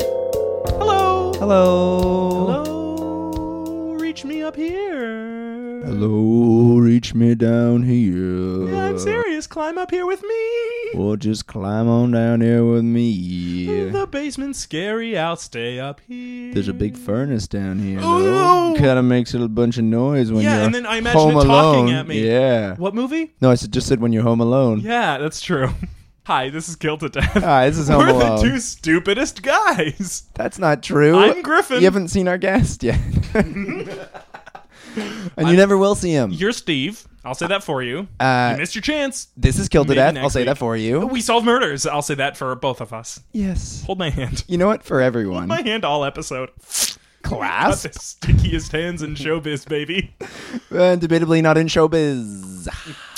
Hello! Hello. Hello, reach me up here. Hello, reach me down here. Yeah, I'm serious. Climb up here with me. Or just climb on down here with me. The basement's scary. I'll stay up here. There's a big furnace down here. Oh, no. Kind of makes a bunch of noise when Yeah, you're and then I imagine home it talking alone. at me. Yeah. What movie? No, I said, just said when you're home alone. Yeah, that's true. Hi, this is Kill to Death. Hi, this is Home We're Alone. the two stupidest guys. That's not true. I'm Griffin. You haven't seen our guest yet. and you never will see him. You're Steve. I'll say that for you. Uh, you missed your chance. This is Killed to Maybe Death. next I'll say week. Oh, that for you. We solve murders. I'll say that for both of us. Yes. Hold my hand. You know what? For everyone. Oh My hand all episode. Got Class. the stickiest hands in showbiz, baby. Uh, debatably not in showbiz.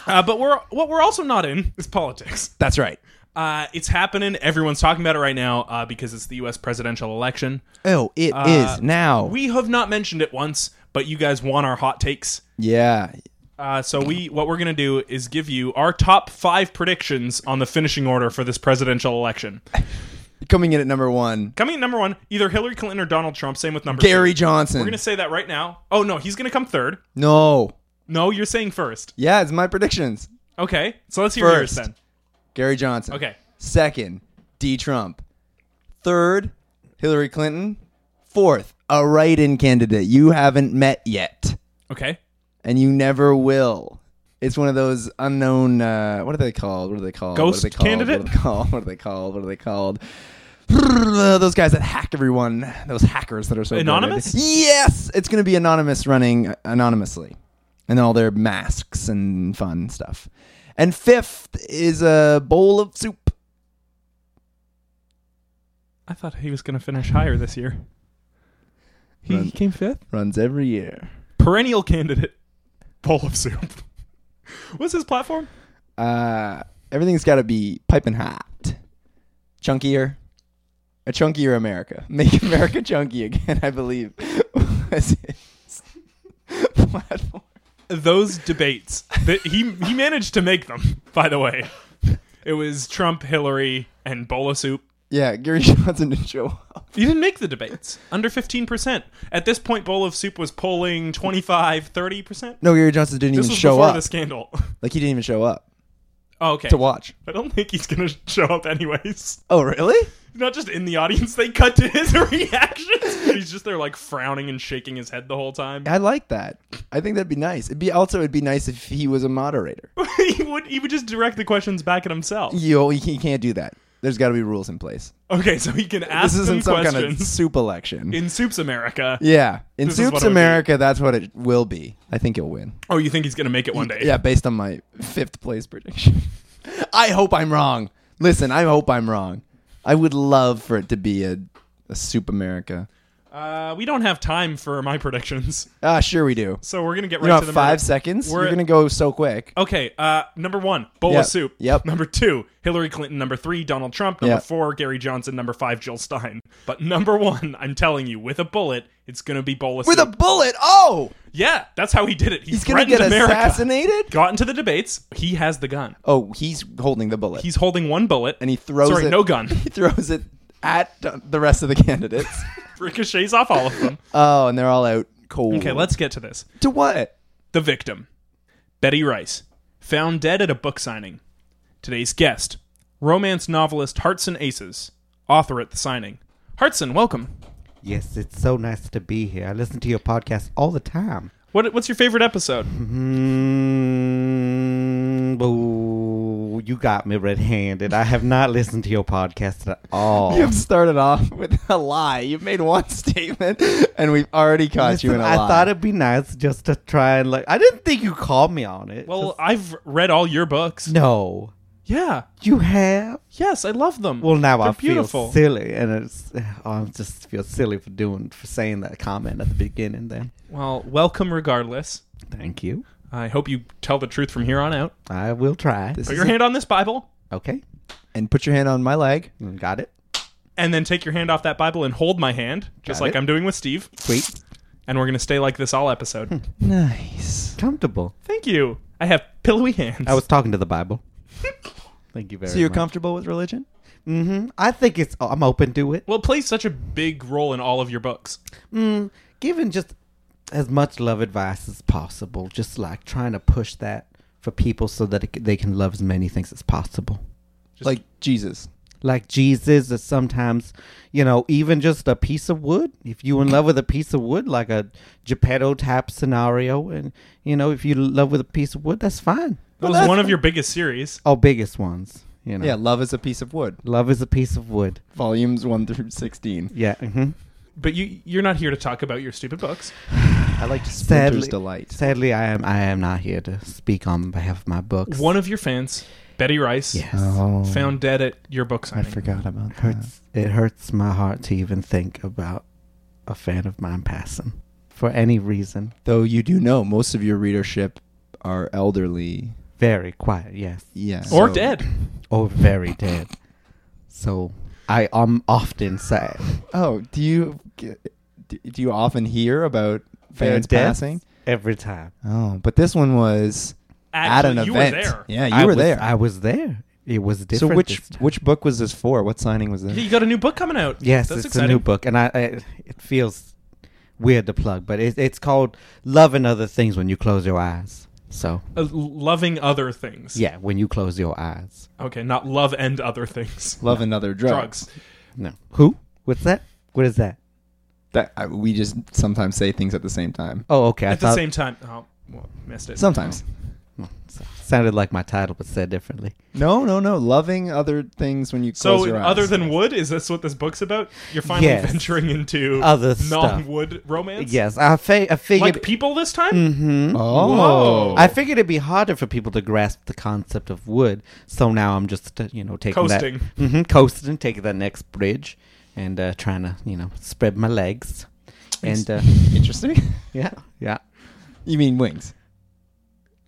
Uh, but we're what we're also not in is politics. That's right. Uh, it's happening. Everyone's talking about it right now uh, because it's the U.S. presidential election. Oh, it is now. Uh, We have not mentioned it once, but you guys want our hot takes. yeah. Uh, so we, what we're gonna do is give you our top five predictions on the finishing order for this presidential election. Coming in at number one, Coming in number one, either Hillary Clinton or Donald Trump. Same with number Gary Two. Johnson. We're gonna say that right now. Oh no, he's gonna come third. no. No, you're saying first. Yeah, it's my predictions. Okay, so let's hear First. yours then. Gary Johnson. Okay, Second, D. Trump. Third, Hillary Clinton. Fourth, a write in candidate you haven't met yet okay. and you never will. It's one of those unknown. Uh, what are they called? What are they called? Ghost what are they called? candidate? What are they called? What are they called? What are they called? Those guys that hack everyone. Those hackers that are so good. Anonymous? Yes, it's going to be anonymous running uh, anonymously, and all their masks and fun stuff. And fifth is a bowl of soup. I thought he was gonna finish higher this year. He Run. came fifth. Runs every year. Perennial candidate, bowl of soup. What's his platform? Uh, everything's got to be piping hot, chunkier, a chunkier America. Make America chunky again. I believe was his platform. those debates that he he managed to make them by the way it was trump hillary and bowl of soup Yeah, Gary Johnson didn't show up. he didn't make the debates under 15% at this point bowl of soup was polling 25 30% No, Gary Johnson didn't this even was show before up. the scandal Like he didn't even show up oh, okay to watch. i don't think he's gonna show up anyways Oh, really? He's not just in the audience they cut to his reactions he's just there like frowning and shaking his head the whole time I like that. I think that'd be nice. It'd be also it'd be nice if he was a moderator. he would he would just direct the questions back at himself You you can't do that. There's got to be rules in place. okay so he can ask This them isn't some questions kind of soup election. in soup's america Yeah, in This is what Soup's it would be. America, that's what it will be. I think he'll win. Oh, you think he's gonna make it one day? Yeah, based on my fifth place prediction. I hope I'm wrong. Listen, I hope I'm wrong. I would love for it to be a, a Soup America. Uh, we don't have time for my predictions, Ah, sure we do. so we're gonna get You right know, to the five murder. seconds. We're You're at- gonna go so quick. Okay. Uh, number one, bowl Yep, of soup. yep. Number two, Hillary Clinton. Number three, Donald Trump. Number Yep. four, Gary Johnson. Number five, Jill Stein. But number one, I'm telling you, with a bullet, it's gonna be bowl of With a soup. bullet. Oh, yeah, that's how he did it. He he's gonna threatened get America. assassinated. Got into the debates. He has the gun. Oh, he's holding the bullet, He's holding one bullet. and he throws Sorry, it. no gun. He throws it at the rest of the candidates. ricochets off all of them. oh, and they're all out cold. Okay, let's get to this. to what? The victim, Betty Rice, found dead at a book signing. Today's guest, romance novelist Hartson Aces, author at the signing. Hartson, welcome. Yes, it's so nice to be here. I listen to your podcast all the time. What, what's your favorite episode? Mm, boo, you got me red-handed. I have not listened to your podcast at all. You've started off with a lie. You've made one statement, and we've already caught you in Listen, a I lie. thought it'd be nice just to try and like. I didn't think you called me on it. Well, Just- I've read all your books. no, Yeah. You have? Yes, I love them. Well, now They're I beautiful. feel silly, and it's oh, I just feel silly for doing for saying that comment at the beginning. Then well, welcome regardless. thank you. I hope you tell the truth from here on out. I will try. This Put is your it. hand on this Bible, okay, And put your hand on my leg. got it. and then take your hand off that Bible and hold my hand, just Got like it. I'm doing with Steve. Sweet, And we're going to stay like this all episode. Nice. comfortable. Thank you. I have pillowy hands. I was talking to the Bible. thank you very. So you're much. comfortable with religion? Mm-hmm. I think it's. I'm open to it. well, it plays such a big role in all of your books. Mm, giving just as much love advice as possible. Just like trying to push that for people so that it, c- they can love as many things as possible. Just- like Jesus. Like Jesus, is sometimes, you know, even just a piece of wood. If you in love with a piece of wood, like a Geppetto type scenario, and you know, if you in love with a piece of wood, that's fine. That Well, was that's- one of your biggest series. Our biggest ones, you know. Yeah, love is a piece of wood. Love is a piece of wood. Volumes 1 through 16. Yeah. hmm But you you're not here to talk about your stupid books. I like to Sadly, delight. sadly, I am. I am not here to speak on behalf of my books. One of your fans, Betty Rice, Yes. Oh. found dead at your book I signing. forgot about that. hurts it hurts my heart to even think about a fan of mine passing for any reason Though you do know most of your readership are elderly. very quiet yes Yeah. Or so- dead. or very dead so i am often sad Oh, do you get- do do you often hear about Their fans deaths passing? every time Oh, but this one was Actually, at an you event. were there. Yeah, you I were was, there. i was there it was so different which this time. which book was this for? What signing was this? Yeah, you got a new book coming out. yes that's it's exciting. a new book and i, I it feels weird to plug but it, it's called love and other things when you close your eyes so Uh, loving other things. yeah when you close your eyes Okay, not love and other things. Love and Other Drugs. Drugs. no who what's that what is that That I, we just sometimes say things at the same time. oh okay i At the thought same time. Oh, well, missed it. Sometimes. Well, s- sounded like my title, but said differently. No, no, no. Loving other things when you close So, your eyes. other than wood, is this what this book's about? You're finally Yes. Uh, venturing into Other stuff. non-wood romance. Yes, I, fi- I figured. like people this time. Mhm. Oh. Whoa. I figured it'd be harder for people to grasp the concept of wood, so now I'm just uh, you know taking Coasting. that Mhm, coasting, taking the next bridge, and uh, trying to you know spread my legs, and uh, Interesting. yeah, yeah, you mean wings.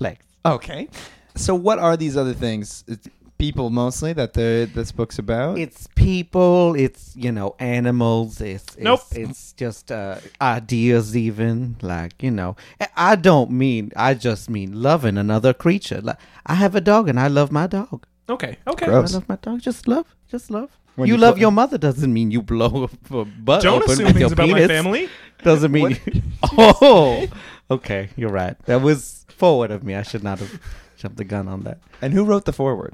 legs. Okay. So what are these other things? It's people mostly that the this book's Oh. about? It's people, it's you know animals, it's it's, Nope. it's just uh, ideas even like you know. I- I don't mean I just mean loving another creature. Like I have a dog and I love my dog. Okay. Okay. Gross. I love my dog. Just love, just love. When you, you love put- your mother doesn't mean you blow a- a butt Don't open assume with your things about my penis. family. Doesn't mean. You... Oh, okay. You're right. That was forward of me. I should not have jumped the gun on that. and who wrote the foreword?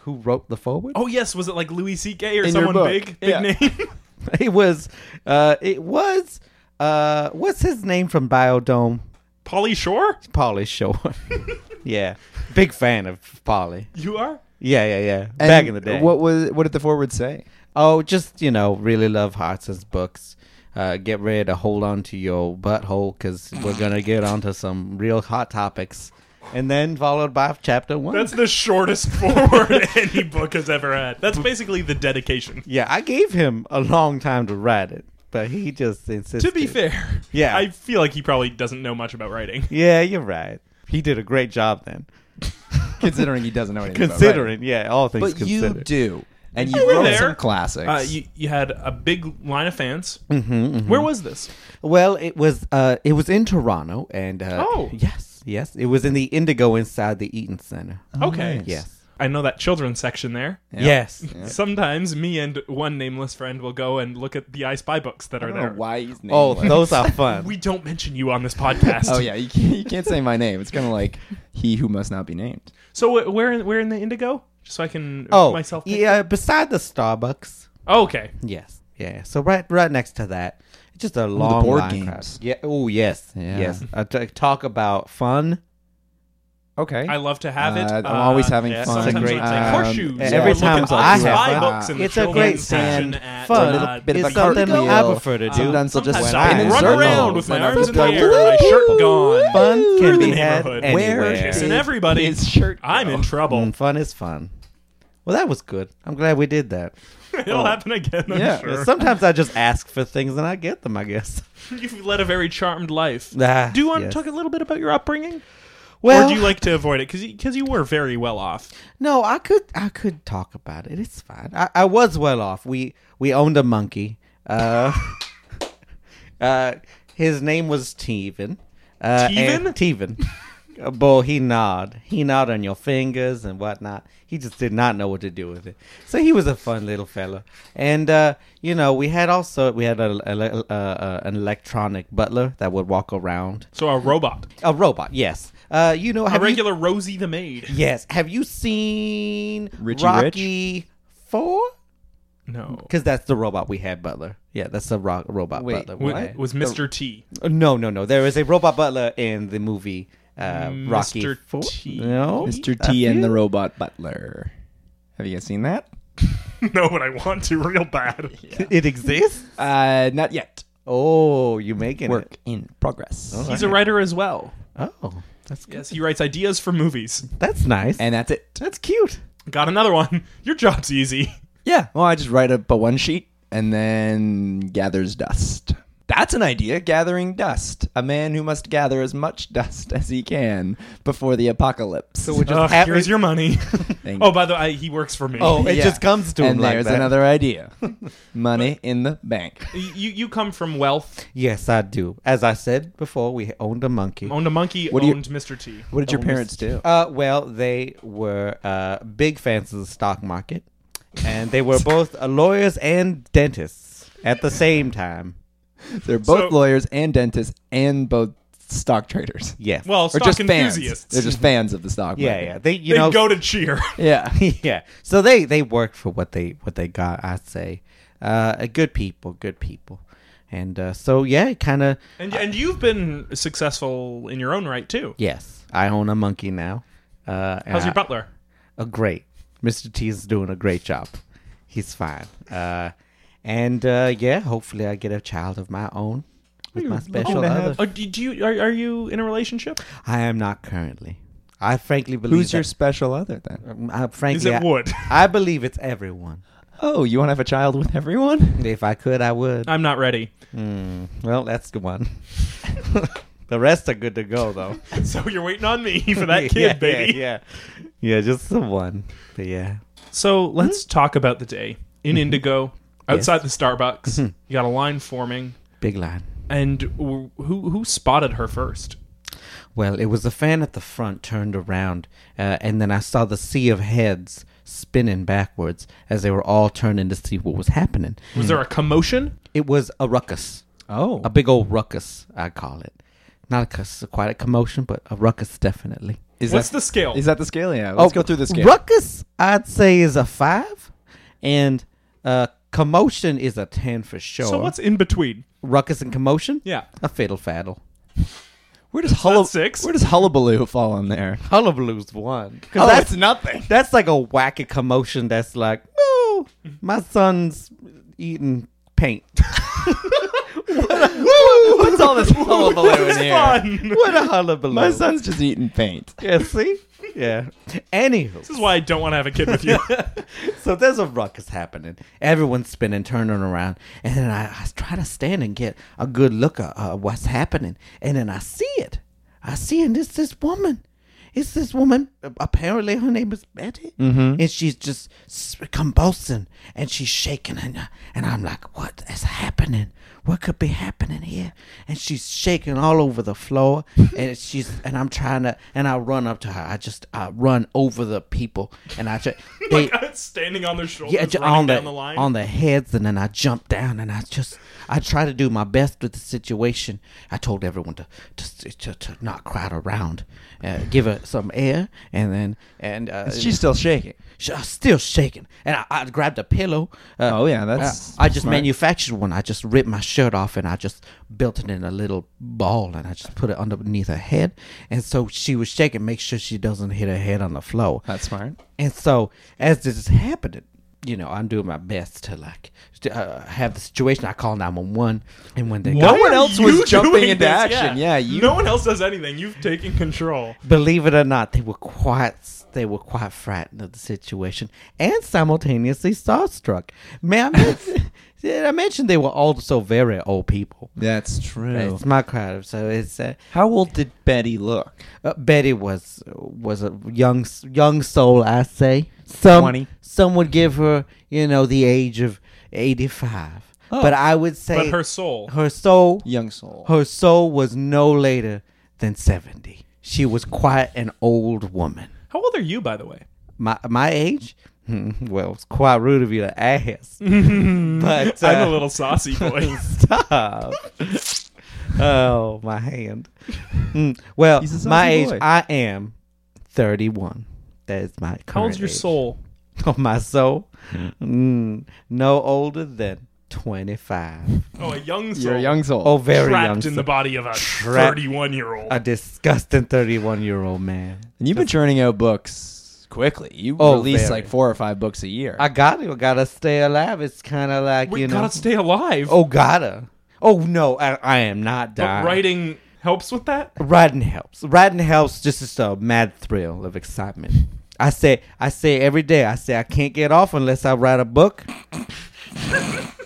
Who wrote the forward? Oh yes, was it like Louis C.K. or In your someone book. big, big Yeah. name? It was, uh, it was, uh, what's his name from Biodome? Polly Shore? Polly Shore. yeah. Big fan of Polly. You are? Yeah, yeah, yeah. And Back in the day. What was what did the foreword say? oh, just, you know, really love hearts as books. Uh, get ready to hold on to your butthole because we're going to get onto some real hot topics. And then followed by chapter one. That's the shortest forward any book has ever had. That's basically the dedication. yeah, I gave him a long time to write it, but he just insisted. To be fair, Yeah. I feel like he probably doesn't know much about writing. Yeah, you're right. He did a great job then. Considering he doesn't know anything about considering, yeah, all things writing. But you considered. do. And You you were wrote there. some classics. Uh, you, you had a big line of fans. Mm-hmm. Where was this? Well, it was uh, it was in Toronto, and uh, Oh. yes, yes, it was in the Indigo inside the Eaton Center. Okay. nice. Yes, I know that children's section there. Yeah. yes, Sometimes me and one nameless friend will go and look at the I Spy books that I are don't know there. why he's named Oh, like- those are fun. We don't mention you on this podcast. Oh yeah, you can't, you can't say my name. It's kind of like he who must not be named. So uh, where in, where in the Indigo? Just so I can oh, myself. think. yeah, beside the Starbucks. Oh, okay. Yes, yeah. So right, right next to that, It's just a long board line crowd. games. Yeah. Oh, yes, Yeah. yes. Uh, t- talk about fun. Okay. I love to have it. Uh, I'm always having yeah, fun. Sometimes Great I'll take time. horseshoes. Yeah. Um, Every or look time at I spy have books fun. in the It's a children's great section sand at, uh, fun. A little bit It's of a something cartwheel. I prefer to do. Sometimes I'll just Sometimes when I I'm can in run circles. around with my When I'm arms in the circles. air, my shirt gone. Fun Through can the be had neighborhood. anywhere. Where Kissing did everybody. his shirt I'm go? in trouble. Mm, fun is fun. Well, that was good. I'm glad we did that. It'll Oh. happen again, I'm Yeah. sure. Sometimes I just ask for things and I get them. I guess. Ah, You've led a very charmed life. Ah, Do you want yes. to talk a little bit about your upbringing? Well, or do you like to avoid it? Because you, were very well off. No, I could I could talk about it. It's fine. I, I was well off. We we owned a monkey. Uh, uh, his name was Teven. Uh, and- Teven. Uh, Boy, he gnawed. He gnawed on your fingers and whatnot. He just did not know what to do with it. So he was a fun little fella. And uh, you know, we had also we had a, a, a, a an electronic butler that would walk around. So a robot, A robot, yes. Uh, you know, a have you- regular Rosie the maid. Yes. Have you seen Richie Rocky Four? No, Because that's the robot we had, Butler. Yeah, that's the ro- robot Wait, Butler. we Wa- had. was Mr. T. No, no, no. There is a robot Butler in the movie uh, Mm, Rocky Mr. Four. T. No, Mr. Have T you? and the Robot Butler. Have you guys seen that? no, but I want to real bad. It exists. Uh, not yet. Oh, you making Work in progress. He's a writer as well. it? Oh, that's Yes, he writes ideas for movies. that's nice. And that's it. that's cute. Got another one. Your job's easy. Yeah. Well, I just write up a one sheet and then gathers dust. That's an idea, gathering dust. A man who must gather as much dust as he can before the apocalypse. So we're just Ugh, happy. here's your money. Thank oh, by the way, he works for me. Oh, it just comes to him And like there's that. another idea. Money in the bank. you you come from wealth. Yes, I do. As I said before, we owned a monkey. Owned a monkey. What do you- owned Mr. T. What did your parents do? Uh, well, they were uh, big fans of the stock market, and they were both uh, lawyers and dentists at the same time. They're both So- lawyers and dentists and both stock traders. Yes. Well, Or stock just fans. enthusiasts. They're just fans of the stock yeah, yeah. market. They, you they know, go to cheer. Yeah. Yeah. yeah. So they they worked for what they what they got. I'd say, uh, good people, good people, and uh, so yeah, kind of. And and you've been successful in your own right too. Yes, I own a monkey now. Uh, and How's I- your butler? a great. Mr. T is doing a great job. He's fine. Uh, and uh, yeah, hopefully I get a child of my own with my special to have- other. Oh, do do you are, are you in a relationship? I am not currently. I frankly believe Who's your that- special other then? um, I, frankly, Is it I- wood? I believe it's everyone. Oh, you want to have a child with everyone? If I could, I would. I'm not ready. Hmm. well, that's the one. the rest are good to go, though. So you're waiting on me for that kid, Yeah, yeah, baby. Yeah, yeah, just the one. But yeah, So let's talk about the day Mm-hmm. in Indigo, outside the Starbucks. You got a line forming, big line. and w- who who spotted her first? Well, it was the fan at the front turned around, uh, and then I saw the sea of heads spinning backwards as they were all turning to see what was happening. Mm-hmm. Was there a commotion? It was a ruckus, Oh. a big old ruckus, I call it. Not a cuss, quite a commotion, but a ruckus definitely. Is What's that, the scale? Is that the scale? Yeah. Let's Oh, go through the scale. Ruckus, I'd say, is a five, and uh, commotion is a ten for sure. so what's in between? ruckus and commotion? Yeah. a fiddle faddle. Where does hullab- not six. Where does hullabaloo fall in there? Hullabaloo's one. 'Cause Oh, that's it's nothing. that's like a wacky commotion that's like, no, my son's eating paint. What's all this hullabaloo in here? Fun. what a hullabaloo. My son's just eating paint. Yeah, see? Yeah. Anywho. This is why I don't want to have a kid with you. so there's a ruckus happening. Everyone's spinning, turning around, and then I, I try to stand and get a good look at uh, what's happening, and then I see it. I see, and it's this woman. It's this woman. Apparently, her name is Betty, and she's just s- convulsing and she's shaking, and I- and I'm like, what is happening? What could be happening here? And she's shaking all over the floor, and she's and I'm trying to, and I run up to her. I just I run over the people, and I just they, Standing on their shoulders, yeah, ju- running on the, down the line. on the heads, and then I jumped down, and I just I try to do my best with the situation. I told everyone to to to, to not crowd around, uh, give her some air, and then and uh, She's still shaking. sh- uh, still shaking. And I, I grabbed a pillow. Uh, Oh, yeah, that's uh, I just smart. manufactured one. I just ripped my shirt off and I just built it in a little ball and I just put it underneath her head. And so she was shaking, make sure she doesn't hit her head on the floor. That's smart. And so as this is happening, you know, I'm doing my best to like st- uh, have the situation. I call 911, and when they No Why one are else was you jumping doing into action. Yeah, you- No one else does anything. You've taken control. believe it or not, they were quite they were quite frightened of the situation and simultaneously starstruck. Man, I men- I mentioned they were also very old people. That's true. It's my crowd, so it's uh, How old did Betty look? uh, Betty was was a young s- young soul, I say. Some 20. some would give her, you know, the age of eighty five, Oh. but I would say But her soul. her soul Young soul. her soul was no later than seventy. She was quite an old woman. How old are you, by the way? my my age. Hmm, Well, it's quite rude of you to ask, but uh, I'm a little saucy boy. stop. oh, my hand. Hmm, Well, He's a saucy my age, boy. I am thirty-one. That is my. Current How old's your age. soul? Oh, my soul. Mm, no older than twenty-five. Oh, a young soul. You're a young soul. Oh, very trapped young. in the soul. body of a Trapped. 31 year old. a disgusting thirty-one-year-old man. and you've been churning out books quickly. You Oh, release very. like four or five books a year. I got to, gotta stay alive. It's kind of like We you know. gotta stay alive. Oh, gotta. Oh no, I, I am not but dying. writing helps with that? Riding helps. Riding helps. Just is a mad thrill of excitement. I say, I say every day. I say I can't get off unless I write a book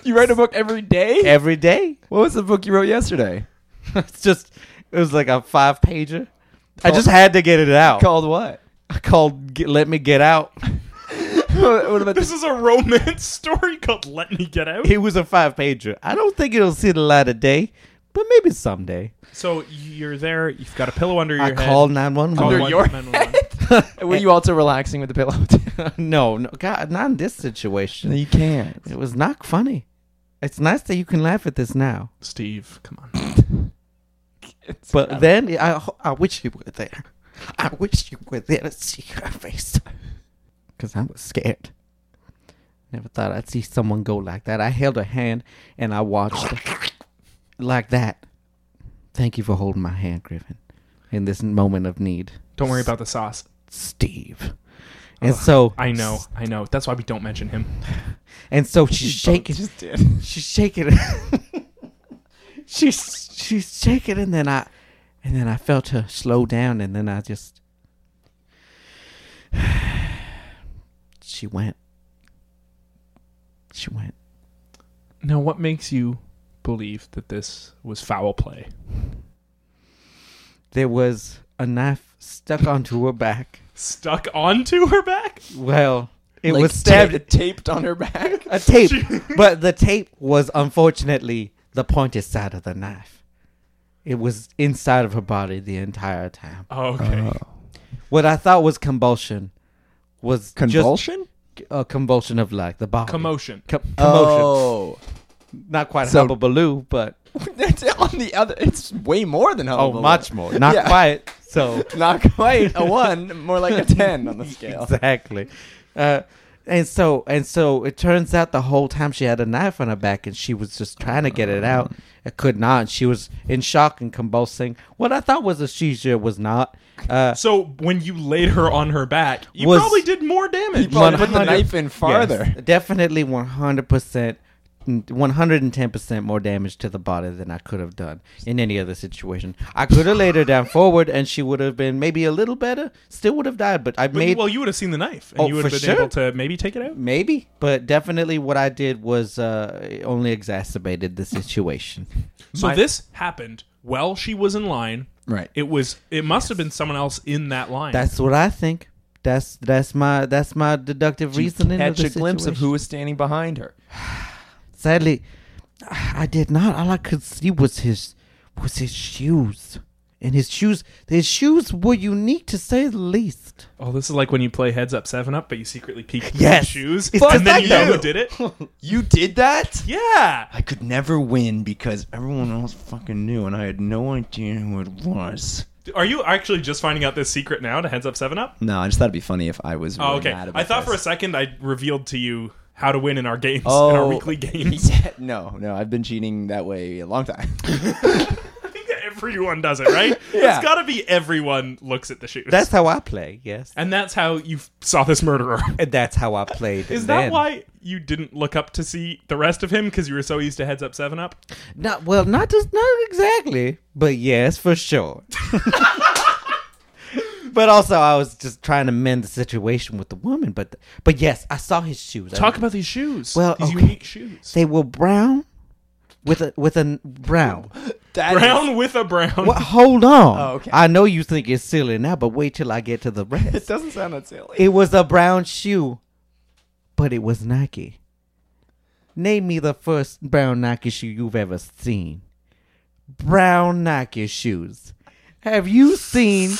you write a book every day? every day. what was the book you wrote yesterday? it's just, it was like a five pager. I just had to get it out. Called what? I called, get, let me get out. what about This the is a romance story called Let Me Get Out. It was a five pager. I don't think it'll see the light of day, but maybe someday. So you're there, you've got a pillow under your I head. called nine one Call Under one. one- your nine one one. Were you also relaxing with the pillow? No, no, God, not in this situation. you can't. It was not funny. It's nice that you can laugh at this now. Steve, come on. But then I, I wish you were there. I wish you were there to see her face. Because I was scared. Never thought I'd see someone go like that. I held her hand and I watched her like that. Thank you for holding my hand, Griffin, in this moment of need. Don't worry about the sauce. Steve. And so I know, I know. That's why we don't mention him. And so she's shaking. Just did. she's shaking it. she's she's shaking, and then I, and then I felt her slow down, and then I just. She went. She went. Now, what makes you believe that this was foul play? There was a knife stuck onto her back. Stuck onto her back? Well, it Like, was stabbed. ta- taped on her back. a tape, but the tape was unfortunately the pointed side of the knife. It was inside of her body the entire time. Oh, Uh, okay. Uh, What I thought was convulsion was Convulsion? just a convulsion of like the body. Commotion. Com- commotion. Oh, Not quite So- so, Baloo, but that's on the other. It's way more than oh, hullabaloo. much more. Not Yeah. quite. So Not quite a one, more like a ten on the scale. exactly. Uh, and so and so it turns out the whole time she had a knife on her back and she was just trying to get it Uh. out. It could not. She was in shock and convulsing. What I thought was a seizure was not. Uh, So when you laid her on her back, you Was- probably did more damage. Well, put the 100 knife in farther. Yes, definitely 100%, 110% more damage to the body than I could have done in any other situation. I could have laid her down forward and she would have been maybe a little better, still would have died, but I But you- made. well, you would have seen the knife, and Oh, you would have for been sure. able to maybe take it out. Maybe, but definitely what I did was uh, only exacerbated the situation. So My- this happened while she was in line. Right. It was. It must have been someone else in that line. That's what I think. That's that's my that's my deductive You reasoning. of catch a the glimpse of situation. who was standing behind her. Sadly, I did not. All I could see was his was his shoes, and his shoes his shoes were unique to say the least. oh, this is like when you play Heads Up Seven Up, but you secretly peek through Yes. the shoes, It's and just then like you know you. who did it. You did that? Yeah. I could never win because everyone else fucking knew, and I had no idea who it was. Are you actually just finding out this secret now to Heads Up Seven Up? No, I just thought it'd be funny if I was. Oh, really okay. mad about I thought for a this. second I revealed to you how to win in our games, in our Oh. weekly games. Yeah, no, no, I've been cheating that way a long time. I think that everyone does it, right? Yeah. It's got to be everyone looks at the shoes. That's how I play. Yes, and that's how you f- saw this murderer. and that's how I played. Is that then. why you didn't look up to see the rest of him because you were so used to heads up, seven up? Not well, not just not exactly, but yes, for sure. but also, I was just trying to mend the situation with the woman. But but yes, I saw his shoes. I- Talk about these shoes. Well, these okay. unique shoes. they were brown with a with a brown. That is- Brown with a brown. What? Hold on. Oh, okay. I know you think it's silly now, but wait till I get to the it rest. doesn't sound that silly. it was a brown shoe, but it was Nike. Name me the first brown Nike shoe you've ever seen. Brown Nike shoes. Have you seen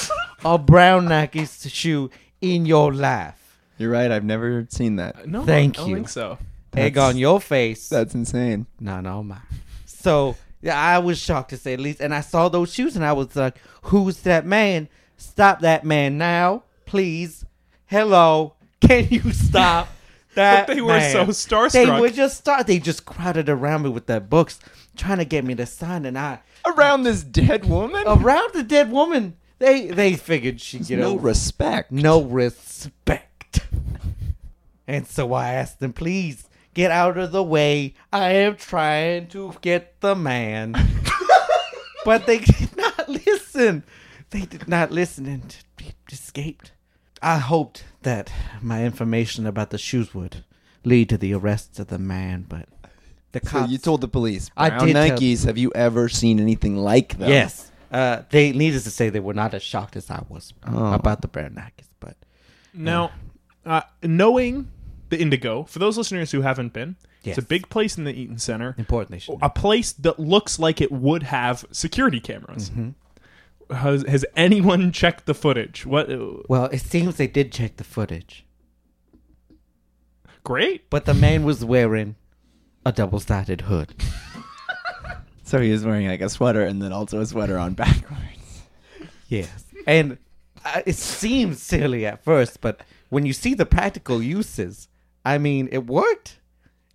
a brown Nike s- shoe in your life? You're right. I've never seen that. No, Thank I don't you. think so. Egg That's- on your face. That's insane. No, no, my. So yeah, I was shocked to say the least, and I saw those shoes, and I was like, "Who's that man? Stop that man now, please! Hello, can you stop that?" But they were man?" so starstruck. They were just star. They just crowded around me with their books, trying to get me to sign, and I Around this dead woman? around the dead woman. They they figured she'd get no over. respect. no respect. And so I asked them, please get out of the way. I am trying to get the man. but they did not listen. They did not listen and it escaped. I hoped that my information about the shoes would lead to the arrest of the man, but the So cops. you told the police. I Brown did tell- Nikes. have you ever seen anything like them? Yes. Uh, they needless to say they were not as shocked as I was Oh. about the brown Nikes, but Now, uh, knowing the Indigo, for those listeners who haven't been, Yes. it's a big place in the Eaton Center, important they should. Oh, know. a place that looks like it would have security cameras. Mm-hmm. Has, has anyone checked the footage? What? uh, Well, it seems they did check the footage, Great. but the man was wearing a double-sided hood. So he was wearing like a sweater and then also a sweater on backwards. Yes, and uh, it seems silly at first, but when you see the practical uses, I mean, it worked.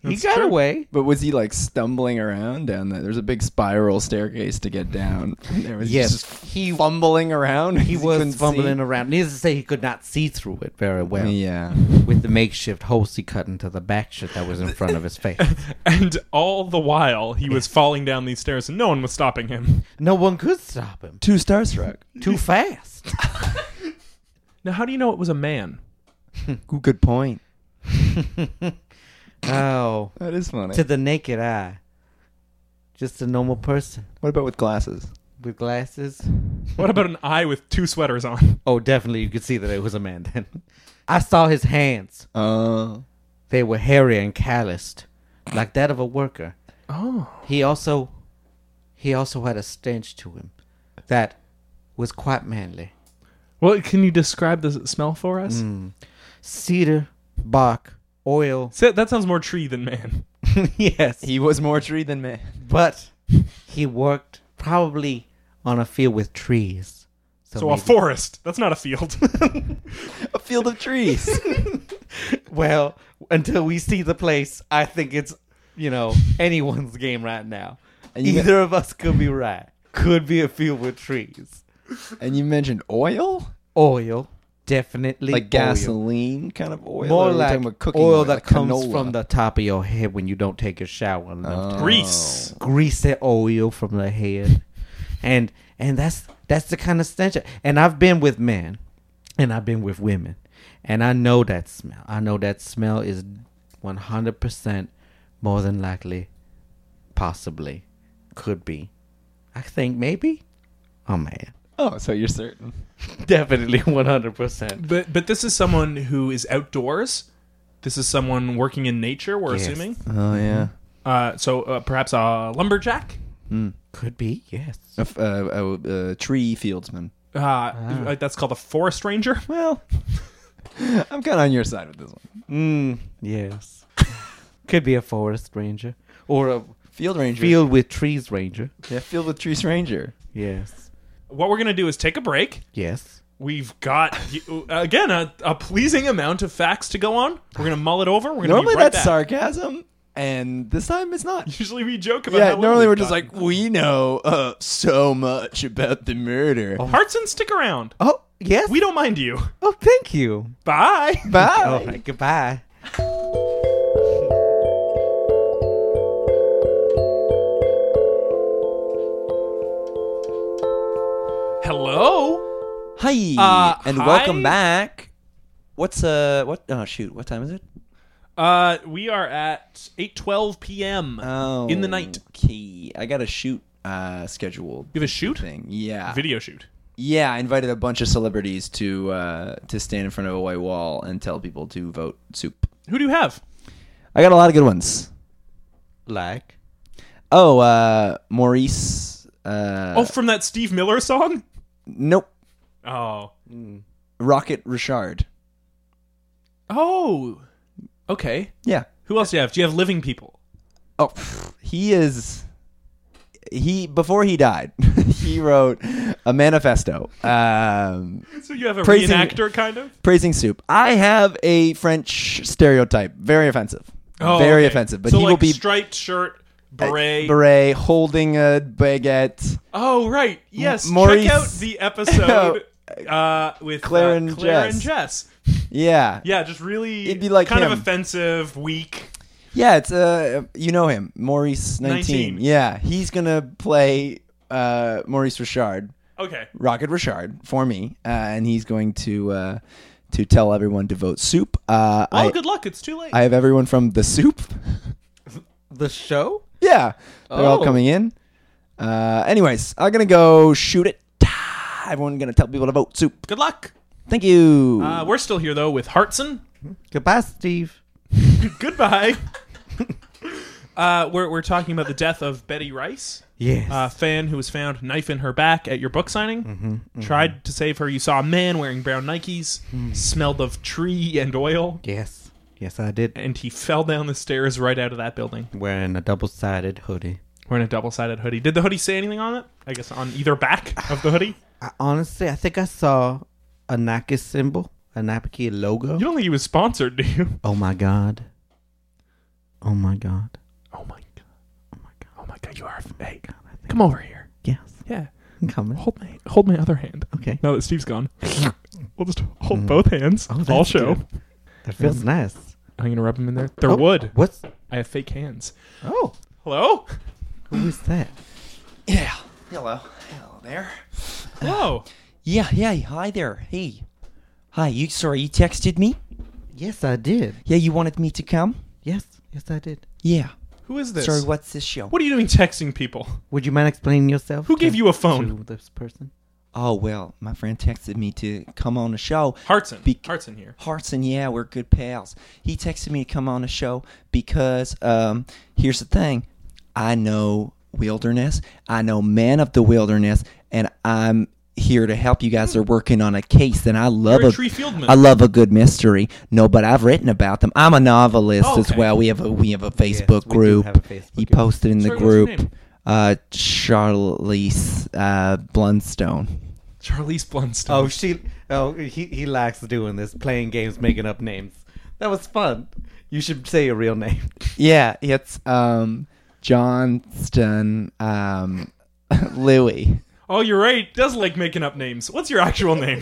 he That's got true. away. But was he like stumbling around down that? There's a big spiral staircase to get down. There was Yes, just he fumbling around. He was fumbling around. Needless to say, he could not see through it very well. Yeah. With the makeshift holes he cut into the back shit that was in front of his face. And all the while, he was falling down these stairs and no one was stopping him. No one could stop him. Too starstruck. Too fast. Now, how do you know it was a man? Good point. Oh. That is funny. to the naked eye, just a normal person What about with glasses? with glasses. What about an eye with two sweaters on? Oh, definitely, you could see that it was a man then. I saw his hands. Uh, They were hairy and calloused, like that of a worker. Oh. He also, he also had a stench to him, that was quite manly. Well, can you describe the smell for us? Cedar, bark, oil. So that sounds more tree than man. yes, he was more tree than man. but he worked probably on a field with trees. So a maybe- forest. That's not a field. A field of trees. Well, until we see the place, I think it's you know anyone's game right now. And you- Either of us could be right. Could be a field with trees. and you mentioned oil, Oil, definitely like oil. gasoline kind of oil. or More are we like talking about cooking oil that like comes canola? Oh. from the top of your head when you don't take a shower enough. time. Grease. greasy oil from the head, and and that's that's the kind of stench. And I've been with men, and I've been with women, and I know that smell. I know that smell is one hundred percent, more than likely, possibly, could be. I think maybe. Oh man, Oh, so you're certain? definitely one hundred percent. But but this is someone who is outdoors. This is someone working in nature. We're Yes. assuming. Oh yeah. Uh, so uh, perhaps a lumberjack. Could be yes. Mm-hmm. Mm. A, f- uh, a- a tree fieldsman. Uh, uh, That's called a forest ranger. Well, I'm kind of on your side with this one. Mm, yes. Could be a forest ranger or a Field ranger. field with trees ranger. Yeah, field with trees ranger. Yes. What we're gonna do is take a break. Yes. We've got uh, you- again a, a pleasing amount of facts to go on. We're gonna mull it over. We're gonna Normally be right that's back. sarcasm. and this time it's not. Usually we joke about. Yeah, how well normally we've we're just gotten. like we know uh, so much about the murder. Hartson, stick around. Oh, yes. We don't mind you. oh, thank you. Bye. Bye. All right, goodbye. Hello. Hi, Uh, and hi. welcome back. What's uh what oh shoot, what time is it? Uh, we are at eight twelve p.m. Uh, in the night. Okay, Oh, I got a shoot uh, scheduled You have a shoot. thing. Yeah, Video shoot. yeah. I invited a bunch of celebrities to uh, to stand in front of a white wall and tell people to vote soup. Who do you have? I got a lot of good ones. Like Oh, uh, Maurice. Uh, oh, from that Steve Miller song. nope. Oh. Rocket Richard. Oh. Okay. Yeah. Who else do you have? Do you have living people? Oh, pff, he is. He before he died, he wrote a manifesto um, So you have a Praising- reenactor, kind of. praising soup. I have a French stereotype, very offensive, Oh, very okay. offensive. But so he like will be striped shirt, uh, beret. beret, holding a baguette. Oh right, yes. Maurice- Check out the episode uh, with Claire uh, and Claire Jess. and Jess. Yeah, yeah, Yeah, just really It'd be like kind him. of offensive, weak. it's uh, you know him, Maurice 19. 19. Yeah, he's gonna play uh, Maurice Richard. Okay, Rocket Richard for me, uh, and he's going to uh, to tell everyone to vote soup. Uh, well, I good luck. It's too late. I have everyone from the soup. the show? yeah, they're all Oh. coming in. Uh, anyways, I'm gonna go shoot it. Everyone gonna tell people to vote soup. good luck. Thank you. Uh, we're still here though with Hartson. Goodbye, Steve. Goodbye. Uh, we're, we're talking about the death of Betty Rice, Yes. a fan who was found knife in her back at your book signing. Mm-hmm. Mm-hmm. Tried to save her. You saw a man wearing brown Nikes, Mm-hmm. smelled of tree and oil, yes. Yes, I did. and he fell down the stairs right out of that building. Wearing a double sided hoodie. Wearing a double sided hoodie. Did the hoodie say anything on it? I guess on either back of the hoodie. I honestly I think I saw a Nike symbol, a Nike logo. You don't think he was sponsored, do you? Oh my god. Oh my god. Oh my god. Oh my god. Oh my god. You are. Hey, come over here. Yes. Yeah. I'm coming. Hold my hold my other hand. Okay. Now that Steve's gone, we'll just hold both hands. Oh, that's I'll show. good. That feels nice. I'm gonna rub them in there. They're Oh, wood. What's I have fake hands. Oh, Hello. who is that? yeah. Hello. Hello there. Hello. Yeah, yeah. Hi there. Hey. Hi, you sorry, you texted me? Yes, I did. Yeah, you wanted me to come? Yes, yes, I did. Yeah. Who is this? Sorry, what's this show? What are you doing texting people? Would you mind explaining yourself? Who gave to- you a phone? To this person. Oh well, my friend texted me to come on the show. Hartson. Be- Hartson here. Hartson, yeah, we're good pals. He texted me to come on the show because um here's the thing. I know wilderness, I know man of the wilderness, and I'm here to help you guys are working on a case and I love You're a- a tree fieldman. I love a good mystery. No, but I've written about them. I'm a novelist Oh, as okay. well. We have a we have a Yes, Facebook we do group. have a Facebook he group. posted in the Sorry, what's your name? group. Uh, Charlize uh, Blundstone. Charlize Blundstone. Oh, she. Oh, he he likes doing this, playing games, making up names. That was fun. You should say your real name. Yeah, it's Um, Johnston. Um, Louis. Oh, you're right. Does like making up names. What's your actual name?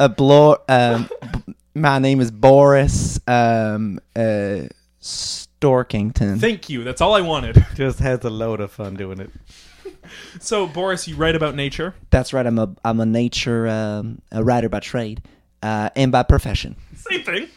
a blor um b- my name is Boris um uh Storkington. Thank you. That's all I wanted. Just has a load of fun doing it. So, Boris, you write about nature. That's right. I'm a I'm a nature um, a writer by trade, uh, and by profession. Same thing.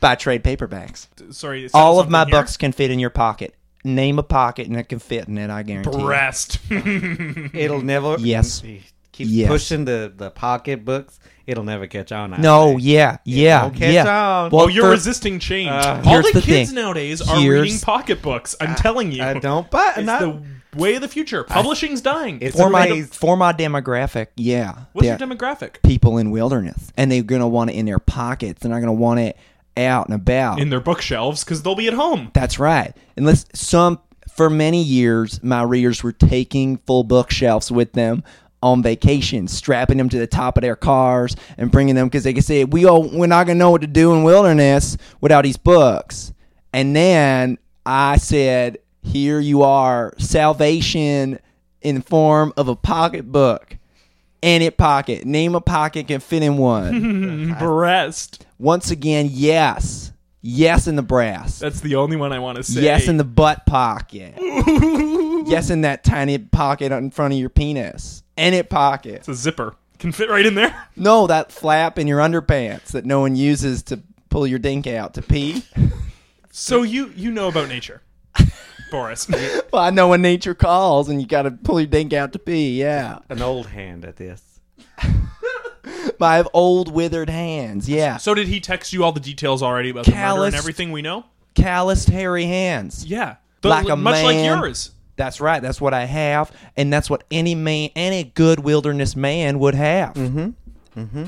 By trade, paperbacks. Sorry. it said All of my something here. books can fit in your pocket. Name a pocket and it can fit in it. I guarantee. you. Breast. It'll never. Yes. He keeps Yes. pushing the the pocketbooks. It'll never catch on. I No, think. yeah, yeah, won't catch yeah. on. oh, you're for- resisting change. Uh, All here's the, the kids thing. nowadays are Here's- reading pocketbooks. I'm telling you. I don't. But It's not, the way of the future. Publishing's dying. it's for my amazing. for my demographic. Yeah. What's yeah. your demographic? people in wilderness and they're going to want it in their pockets they're not going to want it out and about In their bookshelves because they'll be at home. that's right unless some for many years my readers were taking full bookshelves with them on vacation strapping them to the top of their cars and bringing them because they could say we all we're not going to know what to do in wilderness without these books And then I said, Here you are, salvation in form of a pocketbook. And it pocket. Name a pocket can fit in one. Breast. Once again, yes. Yes in the brass. That's the only one I want to say. Yes in the butt pocket. yes in that tiny pocket in front of your penis. And it pocket. It's a zipper. Can fit right in there. No, that flap in your underpants that no one uses to pull your dink out to pee. So you you know about nature, Boris. Well, I know when nature calls and you got to pull your dink out to pee, yeah. An old hand at this. But I have old withered hands, yeah. So did he text you all the details already about the murder and Calloused. everything we know? Calloused, hairy hands. Yeah, The- Like a much like man. yours. That's right. That's what I have, and that's what any man, any good wilderness man would have. Mm-hmm. Mm-hmm.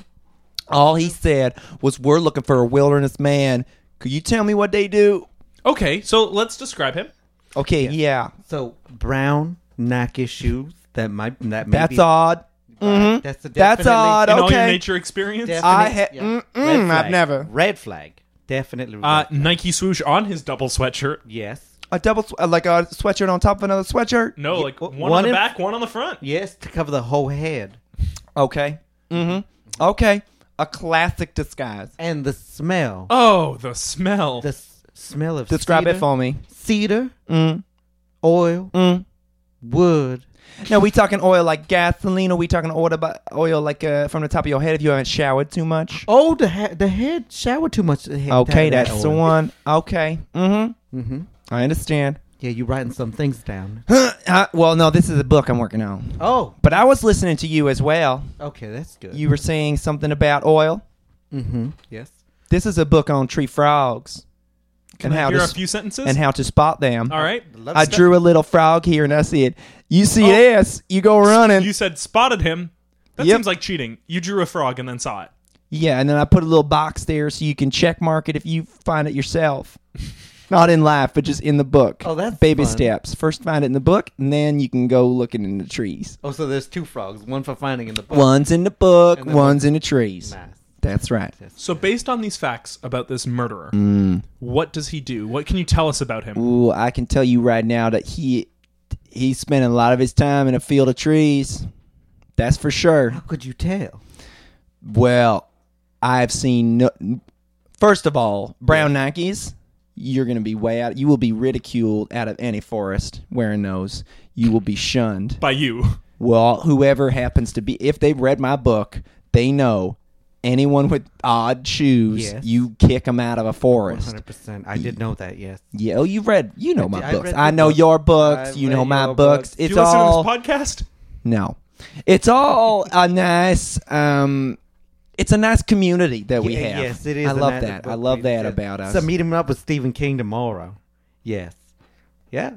All he said was, "We're looking for a wilderness man. Could you tell me what they do?" Okay, so let's describe him. Okay, yeah, So brown Nike shoes. That might that may that's be, odd. Right, That's a That's definitely- odd. In all your Okay. nature experience, definite- I ha- yeah. mm, Red mm, I've flag. never. red flag. Definitely. red uh, flag. Nike swoosh on his double sweatshirt. yes. A double, sw- like a sweatshirt on top of another sweatshirt. No, like one, w- on one the in- back, one on the front. Yes, to cover the whole head. Okay. Mm-hmm. Okay. A classic disguise. And the smell. Oh, the smell. The s- smell of Describe cedar, it for me. cedar, Mm. oil, Mm. wood. Now we talking oil like gasoline, or we talking oil, about oil like uh, from the top of your head if you haven't showered too much. Oh, the ha- the head shower too much. The head Okay, to have that that's the oil. one. Okay. Mm-hmm. Mhm. I understand. Yeah, you writing some things down. Uh, well, no, this is a book I'm working on. Oh, But I was listening to you as well. okay, that's good. You were saying something about oil. mm-hmm. Yes. This is a book on tree frogs Can and I how hear to a s- few sentences? and how to spot them. all right. Love I stuff. drew a little frog here, and I said, "You see Oh. this? You go running." You said spotted him. That Yep. seems like cheating. You drew a frog and then saw it. Yeah, and then I put a little box there so you can check mark it if you find it yourself. Not in life, but just in the book. Oh, that's baby fun. steps. First find it in the book, and then you can go looking in the trees. Oh, so there's two frogs. One for finding in the book. One's in the book, And then one's in the trees. Nice. That's right. So, based on these facts about this murderer, Hmm. what does he do? What can you tell us about him? Ooh, I can tell you right now that he he's spending a lot of his time in a field of trees. That's for sure. How could you tell? Well, I've seen no. First of all, brown Nikes. You're going to be way out. You will be ridiculed out of any forest wearing those. You will be shunned. By you. Well, whoever happens to be, if they've read my book, they know anyone with odd shoes, Yes. you kick them out of a forest. 100%. I did know that, yes. Yeah, oh, you read, you know my I books. read I the know book. your books. I've you know read my your books. books. Do It's you listen all to this podcast? no, it's all a nice. Um, it's a nice community that we Yeah, have. Yes, it is. I and love that's that. what I love we that said. about us. So meet him up with Stephen King tomorrow. Yes. Yeah.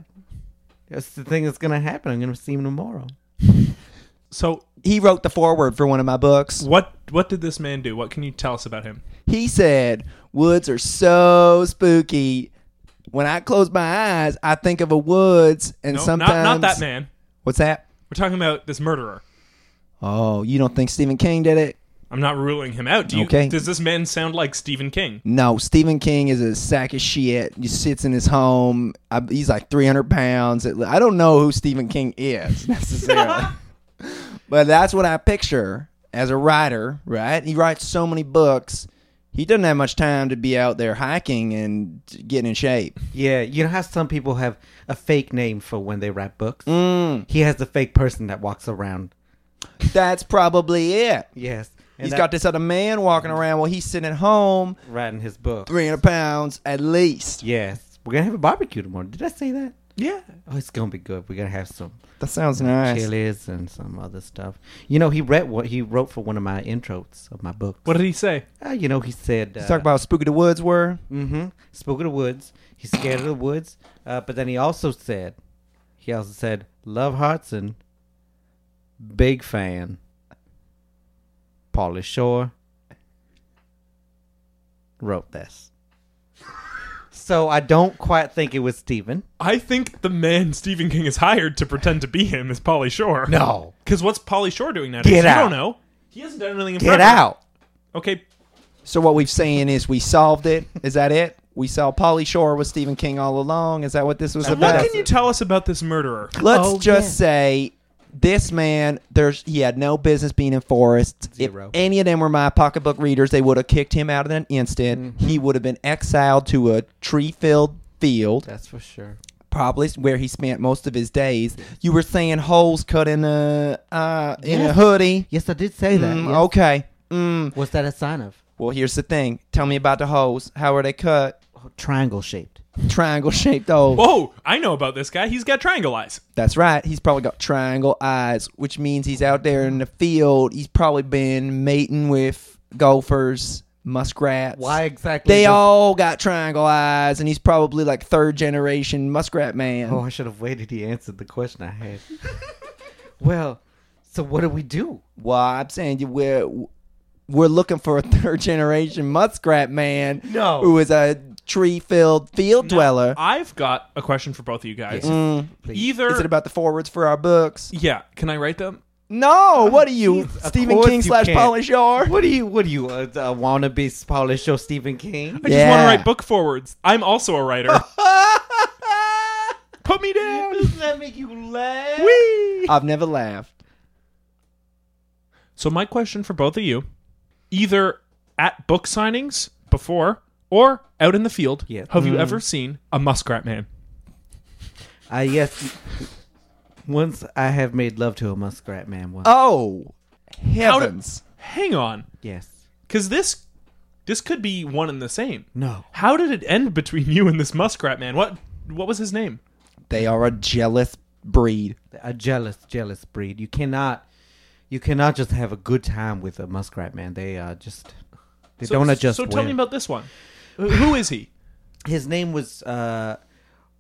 That's the thing that's going to happen. I'm going to see him tomorrow. So, he wrote the foreword for one of my books. what what did this man do? What can you tell us about him? He said, "Woods are so spooky. When I close my eyes, I think of a woods, and No, sometimes not, not that man. What's that? We're talking about this murderer. Oh, you don't think Stephen King did it? I'm not ruling him out. Do you, Okay. Does this man sound like Stephen King? No, Stephen King is a sack of shit. He sits in his home. I, he's like 300 pounds. I don't know who Stephen King is necessarily. but that's what I picture as a writer, right? He writes so many books. He doesn't have much time to be out there hiking and getting in shape. Yeah. You know how some people have a fake name for when they write books? Mm, He has the fake person that walks around. that's probably it. Yes. And He's that- got this other man walking around while he's sitting at home, writing his book. 300 pounds at least. Yes. We're going to have a barbecue tomorrow. Did I say that? Yeah. Oh, it's going to be good. We're going to have some That sounds nice. chilies and some other stuff. You know, he read what he wrote for one of my intros of my book. What did he say? Uh, you know, he said. Uh, Let's talk about how spooky the woods were. Mm-hmm. Spoke of the woods. He's scared of the woods. Uh, but then he also said, he also said, love Hudson, big fan, Paulie Shore wrote this. so I don't quite think it was Stephen. I think the man Stephen King has hired to pretend to be him is Polly Shore. No. Because what's Polly Shore doing nowadays? Get you out. don't know. He hasn't done anything in Get forever. out. Okay, So what we've saying is we solved it. Is that it? We saw Polly Shore with Stephen King all along. Is that what this was about? What can you tell us about this murderer? Let's Oh, just yeah. say this man, there's he had no business being in forests. Zero. If any of them were my pocketbook readers, they would have kicked him out in an instant. Mm-hmm. He would have been exiled to a tree-filled field, That's for sure. probably where he spent most of his days. You were saying holes cut in a uh, in a Yes. hoodie. Yes, I did say that. Mm, yes. Okay. Mm. What's that a sign of? Well, here's the thing. Tell me about the holes. How are they cut? Oh, triangle shaped. Triangle shaped hole. Whoa, I know about this guy. He's got triangle eyes. That's right. He's probably got triangle eyes, which means he's out there in the field. He's probably been mating with golfers, muskrats. Why exactly? They does- all got triangle eyes, and he's probably like third generation muskrat man. Oh, I should have waited. He answered the question I had. well, so what do we do? Well, I'm saying you- we're we're looking for a third generation muskrat man No. who is a tree filled field dweller. I've got a question for both of you guys. Mm. Either Is it about the forwards for our books? yeah, can I write them? No, what are you, Jeez, of Stephen course King you slash can't. Polly Shore? What do you? What do you? Uh, uh, wannabe Polish show Stephen King? I just want to Yeah. write book forwards. I'm also a writer. Put me down. Doesn't that make you laugh? Whee! I've never laughed. So my question for both of you, either at book signings before or out in the field, Yeah. have Hmm. you ever seen a muskrat man? I Uh, yes. Once I have made love to a muskrat man. Once. Oh, heavens! Hang on, yes. because this this could be one and the same. No. How did it end between you and this muskrat man? What what was his name? they are a jealous breed. A jealous, jealous breed. You cannot. You cannot just have a good time with a muskrat man. They are just. They don't adjust. So tell well. me about this one. Who- Who is he? His name was uh,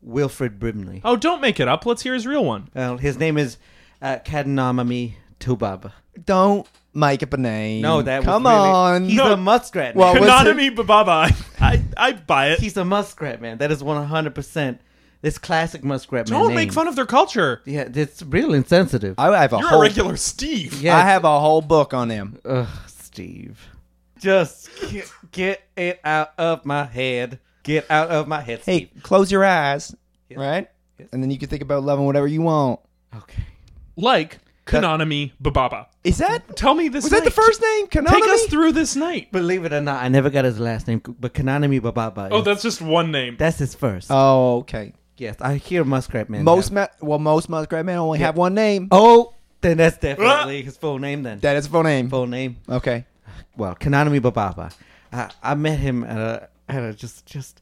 Wilfred Brimley. Oh, don't make it up. Let's hear his real one. Uh, his name is uh, Kadnamami Tubab. Don't make up a name. No, that was come really- on. He's No. a muskrat. Well, man. Oh, what's Konami Bababa. I, I buy it. he's a muskrat man. That is one hundred percent. This classic muskrat man. Don't make fun of their culture. Yeah, it's real insensitive. I have a You're whole. a regular Steve. yeah, I have a whole book on him. Ugh, Steve. Just get, get it out of my head. Get out of my head, Hey, Steve. close your eyes, right? Yes. And then you can think about loving whatever you want. Okay. Like Konami Bababa. Is that Tell me this was that the night. first name? Konami? Take us through this night. Believe it or not, I never got his last name, but Kananami Bababa. Oh, is- that's just one name. that's his first. Oh, okay. yes, I hear muskrat man. Most have- ma- well, most muskrat men only have one name. Oh, then that's definitely his full name. Then That is a full name. full name. Okay. well, Kananami Bababa. I, I met him at a, at a just just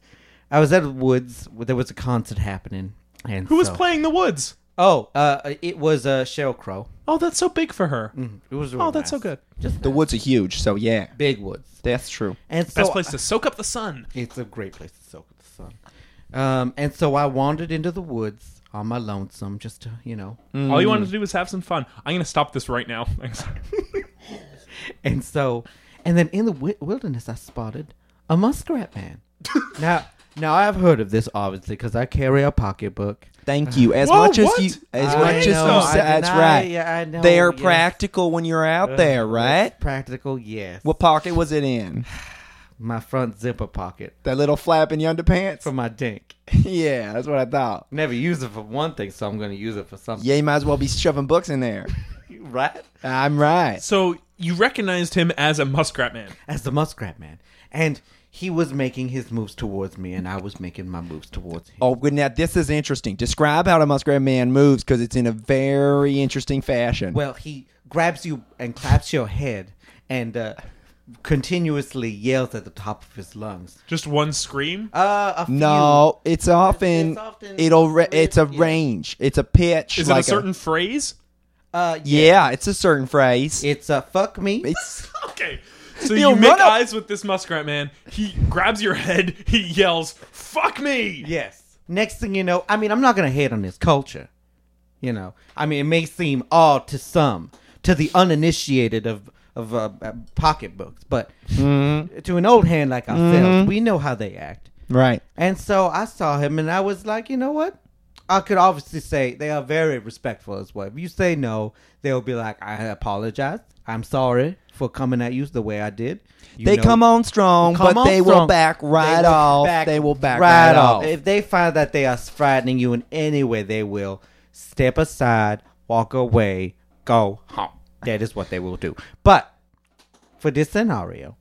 I was at Woods. where There was a concert happening, and Who was so- playing the woods? Oh, uh, it was uh, Cheryl Crow. Oh, that's so big for her. It was. Oh, that's so good. Mm-hmm. Just The woods are huge, so yeah, big Woods, that's true. and so Best place to soak up the sun. It's a great place to soak the sun. Um, and so I wandered into the woods on my lonesome, just to you know. All you wanted to do was have some fun. I'm gonna stop this right now. Thanks. And so, and then in the wi- wilderness, I spotted a muskrat man. now, now I've heard of this obviously because I carry a pocketbook. Thank you. As Whoa, much as what? you, as I much as you, know, I said, that's deny- right. yeah, Uh, I know, they are yes. practical when you're out there, right? Practical, yes. What pocket was it in? my front zipper pocket That little flap in your underpants? for my dink. yeah, that's what I thought. Never use it for one thing, so I'm going to use it for something. Yeah, you might as well be shoving books in there. Right? I'm right. So you recognized him as a muskrat man. As the muskrat man. And he was making his moves towards me, and I was making my moves towards him. Oh, good. Now, this is interesting. Describe how the muskrat man moves because it's in a very interesting fashion. Well, he grabs you and claps your head and uh, continuously yells at the top of his lungs. Just one scream. Uh, a few- no, it's often, It's often- it'll ra- it's a Yeah. range, it's a pitch. Is it like a certain phrase? Uh, yeah, it's a certain phrase. It's a fuck me. it's Okay. So He'll you make run up- eyes with this muskrat man. He grabs your head. He yells, "Fuck me!" Yes. Next thing you know, I mean, I'm not going to hate on this culture. You know, I mean, it may seem odd to some, to the uninitiated of of uh, uh, pocketbooks, but Mm-hmm. to an old hand like ourselves, we know how they act. right. And so I saw him, and I was like, you know what? I could obviously say they are very respectful as well. If you say no, they'll be like, I apologize. I'm sorry for coming at you the way I did. You They know- come on strong, Come but on they will strong. back right They will off. back they will back right, off. If they find that they are frightening you in any way, they will step aside, walk away, go home. That is what they will do. But for this scenario,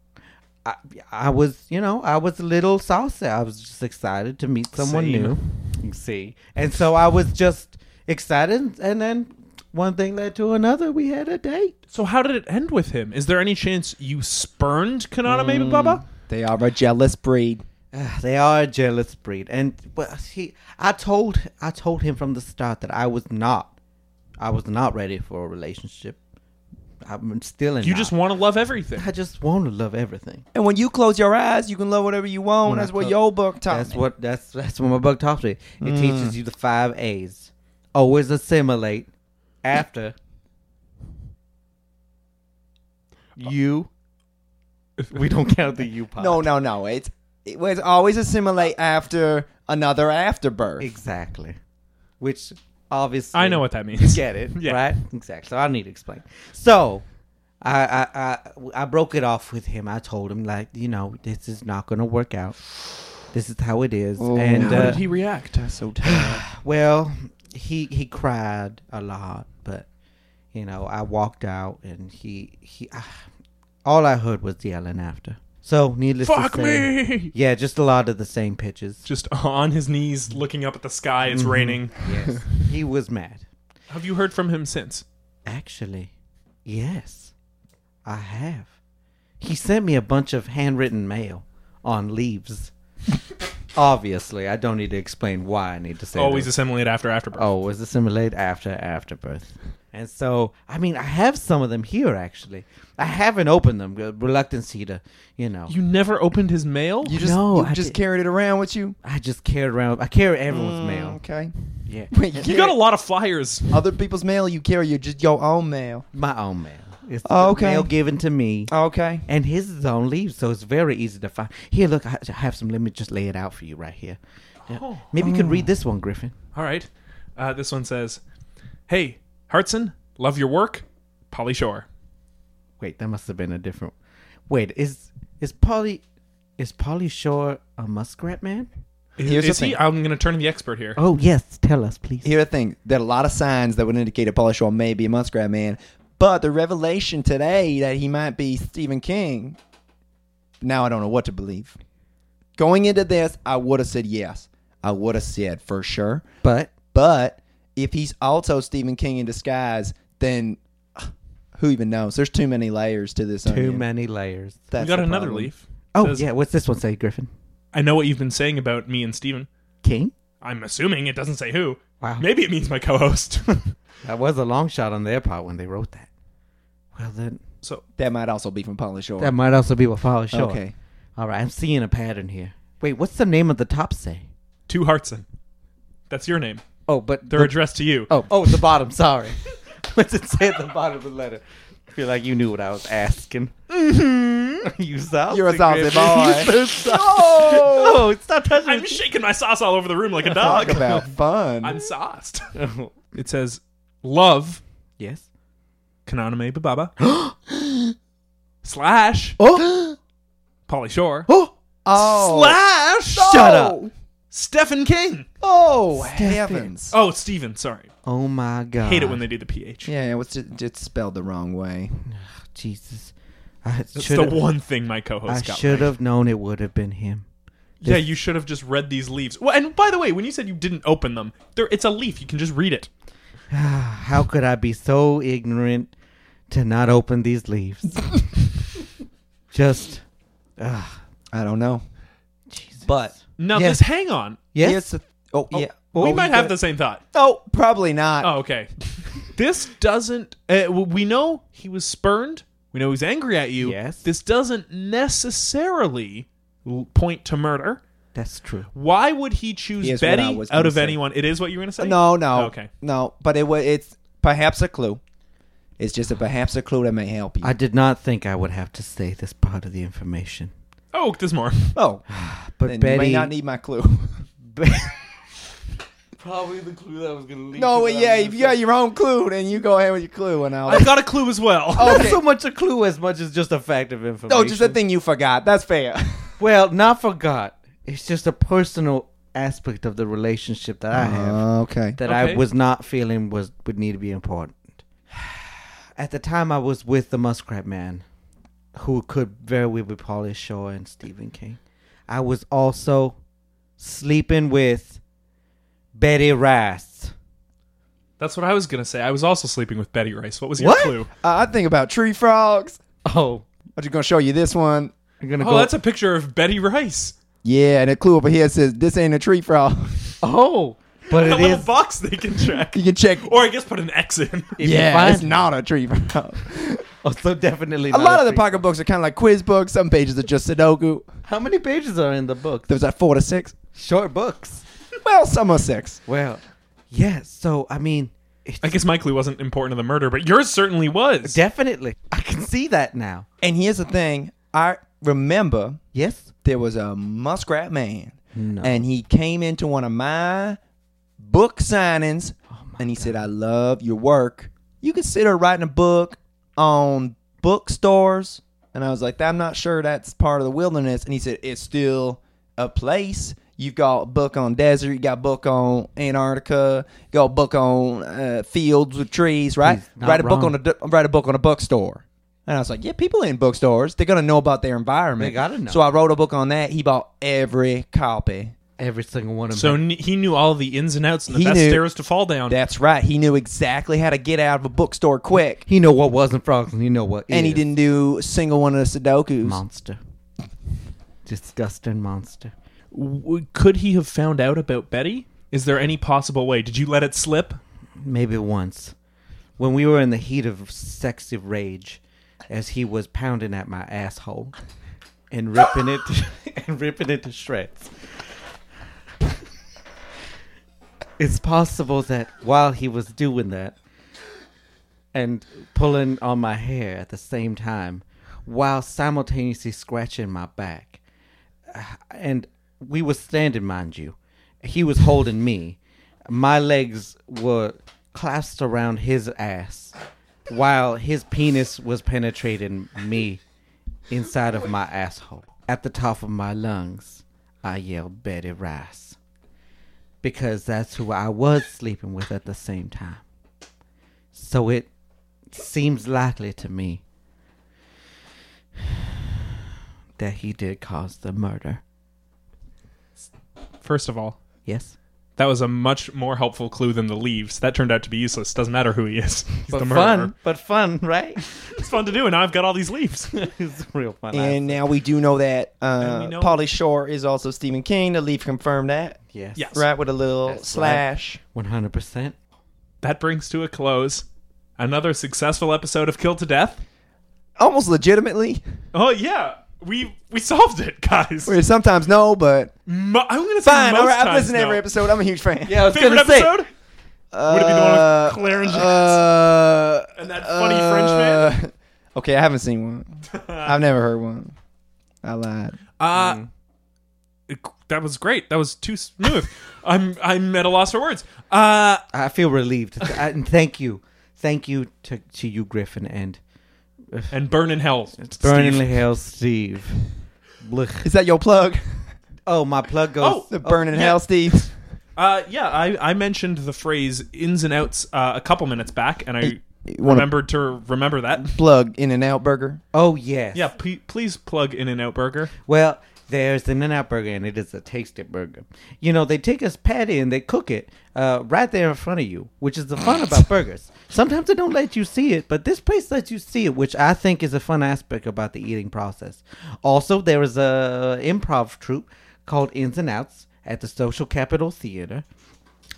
I, I was, you know, I was a little saucy. I was just excited to meet someone Same. new. You see, and so I was just excited, and then one thing led to another. We had a date. So how did it end with him? Is there any chance you spurned Kanata maybe Baba? They are a jealous breed. Ah, they are a jealous breed, and well, he, I told, I told him from the start that I was not, I was not ready for a relationship. I'm still in. You just want to love everything. I just want to love everything. And when you close your eyes, you can love whatever you want. When I That's what clo- your book taught That's me. what that's that's what my book talks to. It Mm. teaches you the five A's. Always assimilate after Uh, you. We don't count the you part. No, no, no. It's it was always assimilate after another afterbirth. exactly. Which obviously I know what that means. get it, Yeah. right? Exactly. So I need to explain. So I, I I I broke it off with him. I told him like, you know, this is not going to work out. This is how it is. and Oh, How uh, did he react? So tired. well, he he cried a lot, but you know, I walked out and he he I, all I heard was yelling after. So, needless Fuck to say, me! yeah, just a lot of the same pitches. Just on his knees, looking up at the sky. It's Mm-hmm. raining. Yes, he was mad. Have you heard from him since? Actually, yes, I have. He sent me a bunch of handwritten mail on leaves. Obviously, I don't need to explain why I need to say Always those. assimilate after afterbirth. Oh, was assimilate after afterbirth. And so, I mean, I have some of them here actually. I haven't opened them. uh, Reluctancy to, you know. You never opened his mail? Oh. You just No, you I just did- carried it around with you. I just carry around. I carry everyone's mail. Okay. Yeah, Wait, You got a lot of flyers. other people's mail. You carry your just your own mail. my own mail. It's Oh, okay. okay. mail given to me. Okay. And his is on leaves, so it's very easy to find. Here, look, I I have some. Let me just lay it out for you right here. Yeah. Oh. Maybe you can read this one, Griffin. All right. Uh, this one says, "Hey, Hartson, love your work, Polly Shore." Wait, that must have been a different. Wait, is is Polly is Polly Shore a muskrat man? Is, Here's the is he? thing. I'm going to turn to the expert here. Oh yes, tell us, please. Here are the thing. There are a lot of signs that would indicate that Paul Shaw may be a muskrat man, but the revelation today that he might be Stephen King. Now I don't know what to believe. Going into this, I would have said yes. I would have said for sure. But But if he's also Stephen King in disguise, then ugh, who even knows? There's too many layers to this. too onion. many layers. That's we got the another problem. leaf. Oh Says, yeah, what's this one say, Griffin? I know what you've been saying about me and Steven. King. I'm assuming it doesn't say who. Wow. Maybe it means my co-host. That was a long shot on their part when they wrote that. Well then, so That might also be from Paula Shore. that might also be what Polly Shore. Okay. All right, I'm seeing a pattern here. Wait, what's the name of the top say? to Hartson, that's your name. Oh, but They're the- addressed to you. Oh, oh, the bottom. Sorry. What's it say at the bottom of the letter? I feel like you knew what I was asking. Mm-hmm. you saucy. You're a saucy Griffin. boy. You're so saucy. Oh, stop touching I'm me. shaking my sauce all over the room like a Talk dog. about fun. I'm sauced. It says, "Love yes. Kananame Bababa slash oh, Polly Shore oh, slash oh, Shut up. Stephen King." oh, heavens! Oh, Steven, sorry. Oh my God. Hate it when they do the PH. Yeah, it was just, just spelled the wrong way. Jesus. I That's should the have. one thing my I co-host got. should right. have known it would have been him. Yeah, you should have just read these leaves. Well, and by the way, when you said you didn't open them, there it's a leaf. You can just read it. How could I be so ignorant to not open these leaves? Just, ah, I don't know. Jesus. But- Now, Yeah. just hang on. yes, Here's the- oh, yeah. we Oh, might you have got- the same thought. Oh, probably not. Oh, okay. this doesn't. Uh, well, we know he was spurned. We know he's angry at you. Yes. This doesn't necessarily l- point to murder. that's true. Why would he choose Here's what I Betty was out gonna of say. anyone? It is what you're going to say. No, no. Oh. Okay. No, but it was. It's perhaps a clue. It's just a perhaps a clue that may help you. I did not think I would have to say this part of the information. Oh, there's more. oh, But then Betty, you may not need my clue. probably the clue that was gonna lead. No, well, yeah, if you um, got your own clue, then you go ahead with your clue, and I'll. I've got a clue as well. Not Okay. so much a clue as much as just a fact of information. no, just the thing you forgot. That's fair. Well, not forgot. It's just a personal aspect of the relationship that I Uh-huh. have okay. that I Okay. was not feeling was would need to be important. At the time, I was with the Muskrat Man, who could very well be Pauly Shore and Stephen King. I was also sleeping with Betty Rice. That's what I was gonna say. I was also sleeping with Betty Rice. What was your What? clue? Uh, I think about tree frogs. Oh, I'm just gonna show you this one. I'm gonna Oh, go. that's a picture of Betty Rice. Yeah, and a clue over here says this ain't a tree frog. oh, but A it little is. box they can check, you can check. or I guess put an X in. if you yeah, find it's not a tree frog. Oh, so definitely. a not lot of the freak. pocketbooks are kind of like quiz books. Some pages are just Sudoku. How many pages are in the book? There's like four to six. short books. Well, some are six. Well, yeah. So I mean, it's I guess my clue wasn't important to the murder, but yours certainly was. definitely. I can see that now. And here's the thing. I remember Yes. there was a muskrat man, No. and he came into one of my book signings, Oh and he said, "I love your work. You consider writing a book on bookstores?" And I was like, "I'm not sure that's part of the wilderness." And he said, "It's still a place." You've got a book on desert, you got a book on Antarctica, you got a book on uh, fields with trees, right? He's not Write a book on wrong. a d- write a book on a bookstore. And I was like, yeah, people in bookstores, they're gonna know about their environment. They gotta know. So I wrote a book on that. He bought every copy. Every single one of So them. n- he knew all the ins and outs and the He best knew- stairs to fall down. That's right. He knew exactly how to get out of a bookstore quick. He know what wasn't frogs, and he know what. And he is. didn't do a single one of the Sudokus. Monster. Disgusting monster. W- Could he have found out about Betty? Is there any possible way? Did you let it slip? Maybe once, when we were in the heat of sexy rage, as he was pounding at my asshole, and ripping it, and ripping it to shreds. it's possible that while he was doing that and pulling on my hair at the same time, while simultaneously scratching my back, uh, and we were standing, mind you, he was holding me. My legs were clasped around his ass while his penis was penetrating me inside of my asshole. At the top of my lungs, I yelled Betty Rice because that's who I was sleeping with at the same time. So it seems likely to me that he did cause the murder. First of all, Yes? that was a much more helpful clue than the leaves. That turned out to be useless. Doesn't matter who he is. He's the But murderer. fun, but fun, right? It's fun to do, and now I've got all these leaves. it's real fun. And now we do know that we uh, know- Polly Shore is also Stephen King. The leaf confirmed that, yes. Yes. right? With a little That's right. slash. 100%. that brings to a close another successful episode of Kill to Death. Almost legitimately. Oh yeah, we we solved it, guys. Where sometimes no, but Mo- I'm gonna say fine. most All right, I've times listened to every no. episode. I'm a huge fan. Yeah, I was Favorite gonna say. episode? Would it be the one with Claire and Jax? Uh, And that funny French man. Okay, I haven't seen one. I've never heard one. I lied. Uh, it- that was great. That was too smooth. I'm I'm at a loss for words. Uh, I feel relieved. I- and thank you. Thank you to, to you, Griffin, and and burn in hell. Burning Steve. Hell Steve. Blech. Is that your plug? Oh, my plug goes. Oh, The burning yeah. hell, Steve. Uh, yeah, I, I mentioned the phrase ins and outs uh, a couple minutes back, and I wanna- remembered to remember that. Plug In and Out Burger. Oh, yes. Yeah, p- please plug In and Out Burger. Well, there's an In-N-Out burger, and it is a tasty burger. You know, they take this patty and they cook it uh, right there in front of you, which is the fun about burgers. Sometimes they don't let you see it, but this place lets you see it, which I think is a fun aspect about the eating process. Also, there is a improv troupe called Ins and Outs at the Social Capital Theater.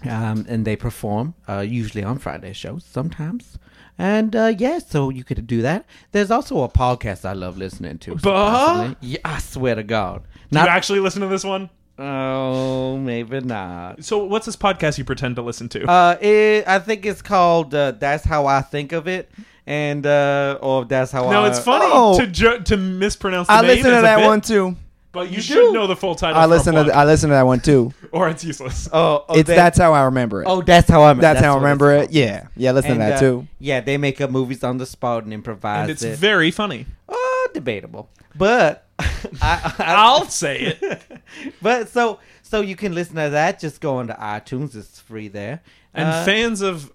um, and they perform uh, usually on Friday shows sometimes. And uh, yeah, so you could do that. There's also a podcast I love listening to. surprisingly. yeah, I swear to God, You not actually listen to this one? oh maybe not. So, what's this podcast you pretend to listen to? Uh, it, I think it's called uh, "That's How I Think of It," and uh, or "That's How I." no, it's funny oh. to ju- to mispronounce the I name. listened as to a that bit. one too. But you, You should do. know the full title. I for a listen to th- plug, I listen to that one too. or it's useless. Oh, oh it's they- that's how I remember it. Oh, that's how I remember. that's, how I what remember it's it. Yeah, yeah. Listen And, to that uh, too. Yeah, they make up movies on the spot and improvise and it's it. very funny. oh, debatable, but I, I, I'll say it. but so so you can listen to that. Just go onto iTunes; it's free there. And Uh, fans of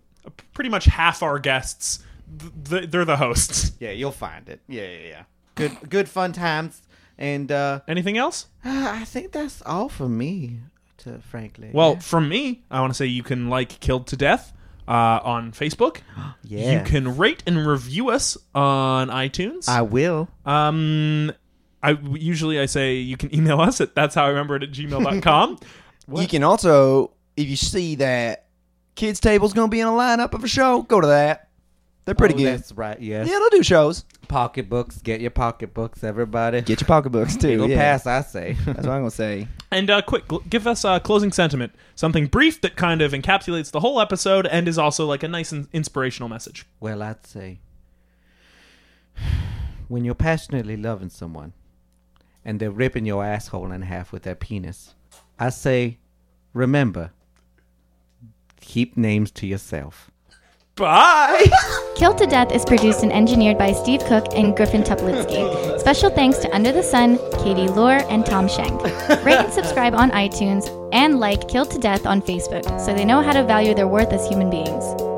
pretty much half our guests, th- th- they're the hosts. yeah, you'll find it. Yeah, yeah, yeah. Good good fun times, and uh, Anything else? I think that's all for me. To frankly, Well, from me, I want to say you can like Killed to Death uh, on Facebook. yeah, You can rate and review us on iTunes. I will. um, I usually I say you can email us at that's how I remember it at gmail.com. You can also, if you see that kids table's gonna be in a lineup of a show, go to that. They're pretty Oh, good. That's right. Yes. Yeah, they'll do shows. Pocketbooks. Get your pocketbooks, everybody. Get your pocketbooks too. It'll yeah. pass, I say. That's what I'm gonna say. and uh, quick, gl- give us a closing sentiment, something brief that kind of encapsulates the whole episode and is also like a nice in- inspirational message. Well, I'd say when you're passionately loving someone and they're ripping your asshole in half with their penis, I say remember, keep names to yourself. Bye. Killed to Death is produced and engineered by Steve Cook and Griffin Tuplitsky. Special thanks to Under the Sun, Katie Lohr, and Tom Schenk. Rate and subscribe on iTunes and like Killed to Death on Facebook so they know how to value their worth as human beings.